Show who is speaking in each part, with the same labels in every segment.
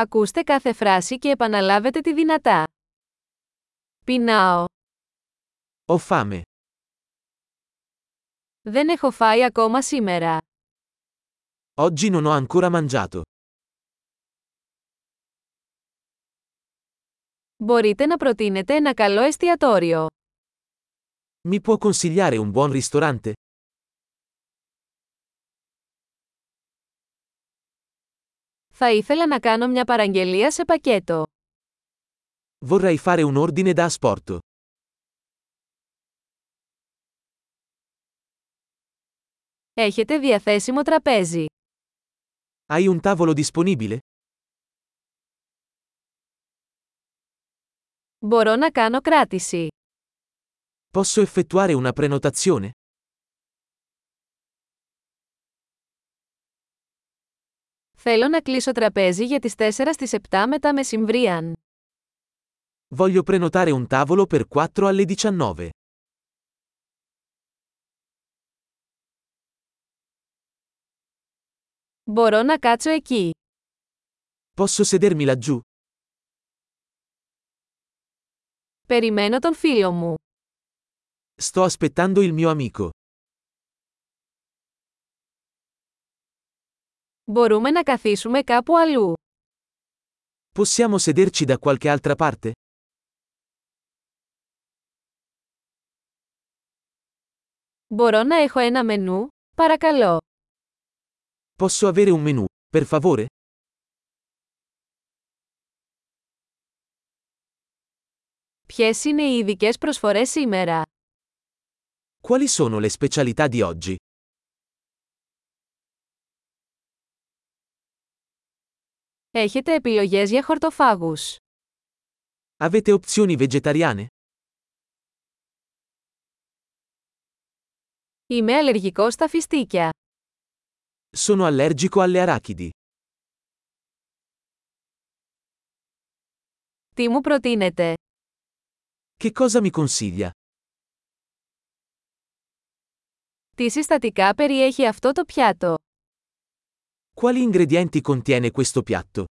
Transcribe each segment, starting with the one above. Speaker 1: Ακούστε κάθε φράση και επαναλάβετε τη δυνατά. Πεινάω.
Speaker 2: Ho fame.
Speaker 1: Δεν έχω φάει ακόμα σήμερα.
Speaker 2: Oggi non ho ancora mangiato.
Speaker 1: Μπορείτε να προτείνετε ένα καλό εστιατόριο.
Speaker 2: Mi può consigliare un buon ristorante?
Speaker 1: Θα ήθελα να κάνω μια παραγγελία σε πακέτο.
Speaker 2: Vorrei fare un ordine da asporto.
Speaker 1: Έχετε διαθέσιμο τραπέζι.
Speaker 2: Hai un tavolo disponibile?
Speaker 1: Μπορώ να κάνω κράτηση.
Speaker 2: Posso effettuare una prenotazione?
Speaker 1: Θέλω να κλείσω τραπέζι για τις 4 στις 7 μετά μεσημβρίαν.
Speaker 2: Voglio prenotare un tavolo per 4 alle 19.
Speaker 1: Μπορώ να κάτσω εκεί.
Speaker 2: Posso sedermi laggiù?
Speaker 1: Περιμένω τον φίλο μου.
Speaker 2: Sto aspettando il mio amico.
Speaker 1: Μπορούμε να καθίσουμε κάπου αλλού.
Speaker 2: Possiamo sederci da qualche altra parte?
Speaker 1: Μπορώ να έχω ένα μενού, παρακαλώ.
Speaker 2: Posso avere un menù, per favore?
Speaker 1: Ποιες είναι οι ειδικέ προσφορές σήμερα.
Speaker 2: Quali sono le specialità di oggi?
Speaker 1: Έχετε επιλογές για χορτοφάγους.
Speaker 2: Avete opzioni vegetariane?
Speaker 1: Είμαι αλλεργικός στα φιστίκια.
Speaker 2: Sono allergico alle arachidi.
Speaker 1: Τι μου προτείνετε.
Speaker 2: Che cosa mi consiglia?
Speaker 1: Τι συστατικά περιέχει αυτό το πιάτο.
Speaker 2: Quali ingredienti contiene questo piatto?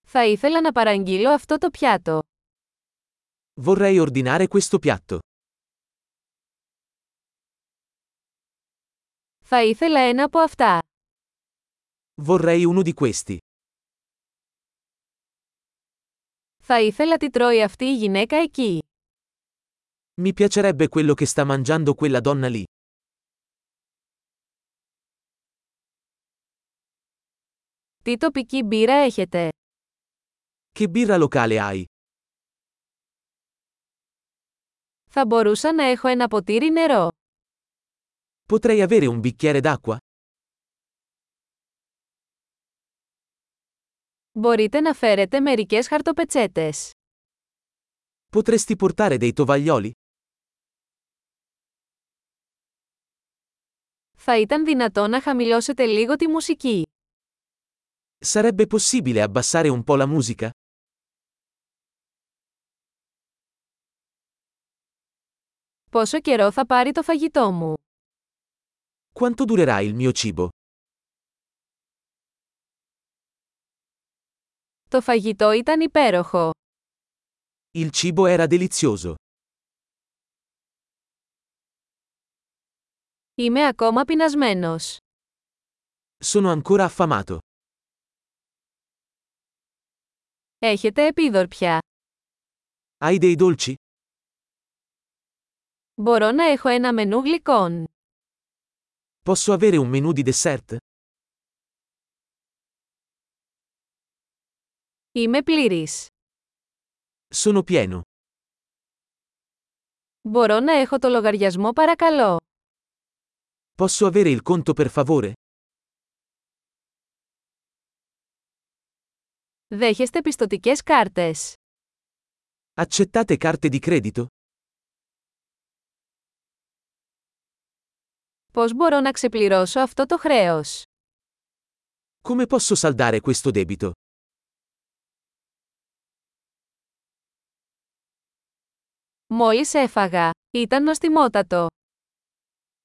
Speaker 1: Θα ήθελα να παραγγείλω αυτό το πιάτο.
Speaker 2: Vorrei ordinare questo piatto.
Speaker 1: Θα ήθελα ένα από αυτά.
Speaker 2: Vorrei uno di questi.
Speaker 1: Θα ήθελα τι τρώει αυτή η γυναίκα εκεί.
Speaker 2: Mi piacerebbe quello che sta mangiando quella donna lì.
Speaker 1: Τι τοπική μπύρα έχετε.
Speaker 2: Che birra locale hai?
Speaker 1: Θα μπορούσα να έχω ένα ποτήρι νερό.
Speaker 2: Potrei avere un bicchiere d'acqua?
Speaker 1: Μπορείτε να φέρετε μερικές χαρτοπετσέτες.
Speaker 2: Potresti portare dei tovaglioli?
Speaker 1: Θα ήταν δυνατό να χαμηλώσετε λίγο τη μουσική.
Speaker 2: Sarebbe possibile abbassare un po' la musica?
Speaker 1: Πόσο καιρό θα πάρει το φαγητό μου.
Speaker 2: Quanto durerà il mio cibo?
Speaker 1: Το φαγητό ήταν υπέροχο.
Speaker 2: Il cibo era delizioso.
Speaker 1: Είμαι ακόμα πεινασμένος.
Speaker 2: Sono ancora affamato.
Speaker 1: Έχετε επίδορπια.
Speaker 2: Hai dei dolci?
Speaker 1: Μπορώ να έχω ένα μενού γλυκών.
Speaker 2: Posso avere un menù di dessert?
Speaker 1: Είμαι πλήρης.
Speaker 2: Sono pieno.
Speaker 1: Μπορώ να έχω το λογαριασμό παρακαλώ.
Speaker 2: Posso avere il conto per favore?
Speaker 1: Δέχεστε πιστοτικές κάρτες.
Speaker 2: Accettate carte di credito?
Speaker 1: Πώς μπορώ να ξεπληρώσω αυτό το χρέος.
Speaker 2: Come posso saldare questo debito?
Speaker 1: Μόλις έφαγα. Ήταν νοστιμότατο.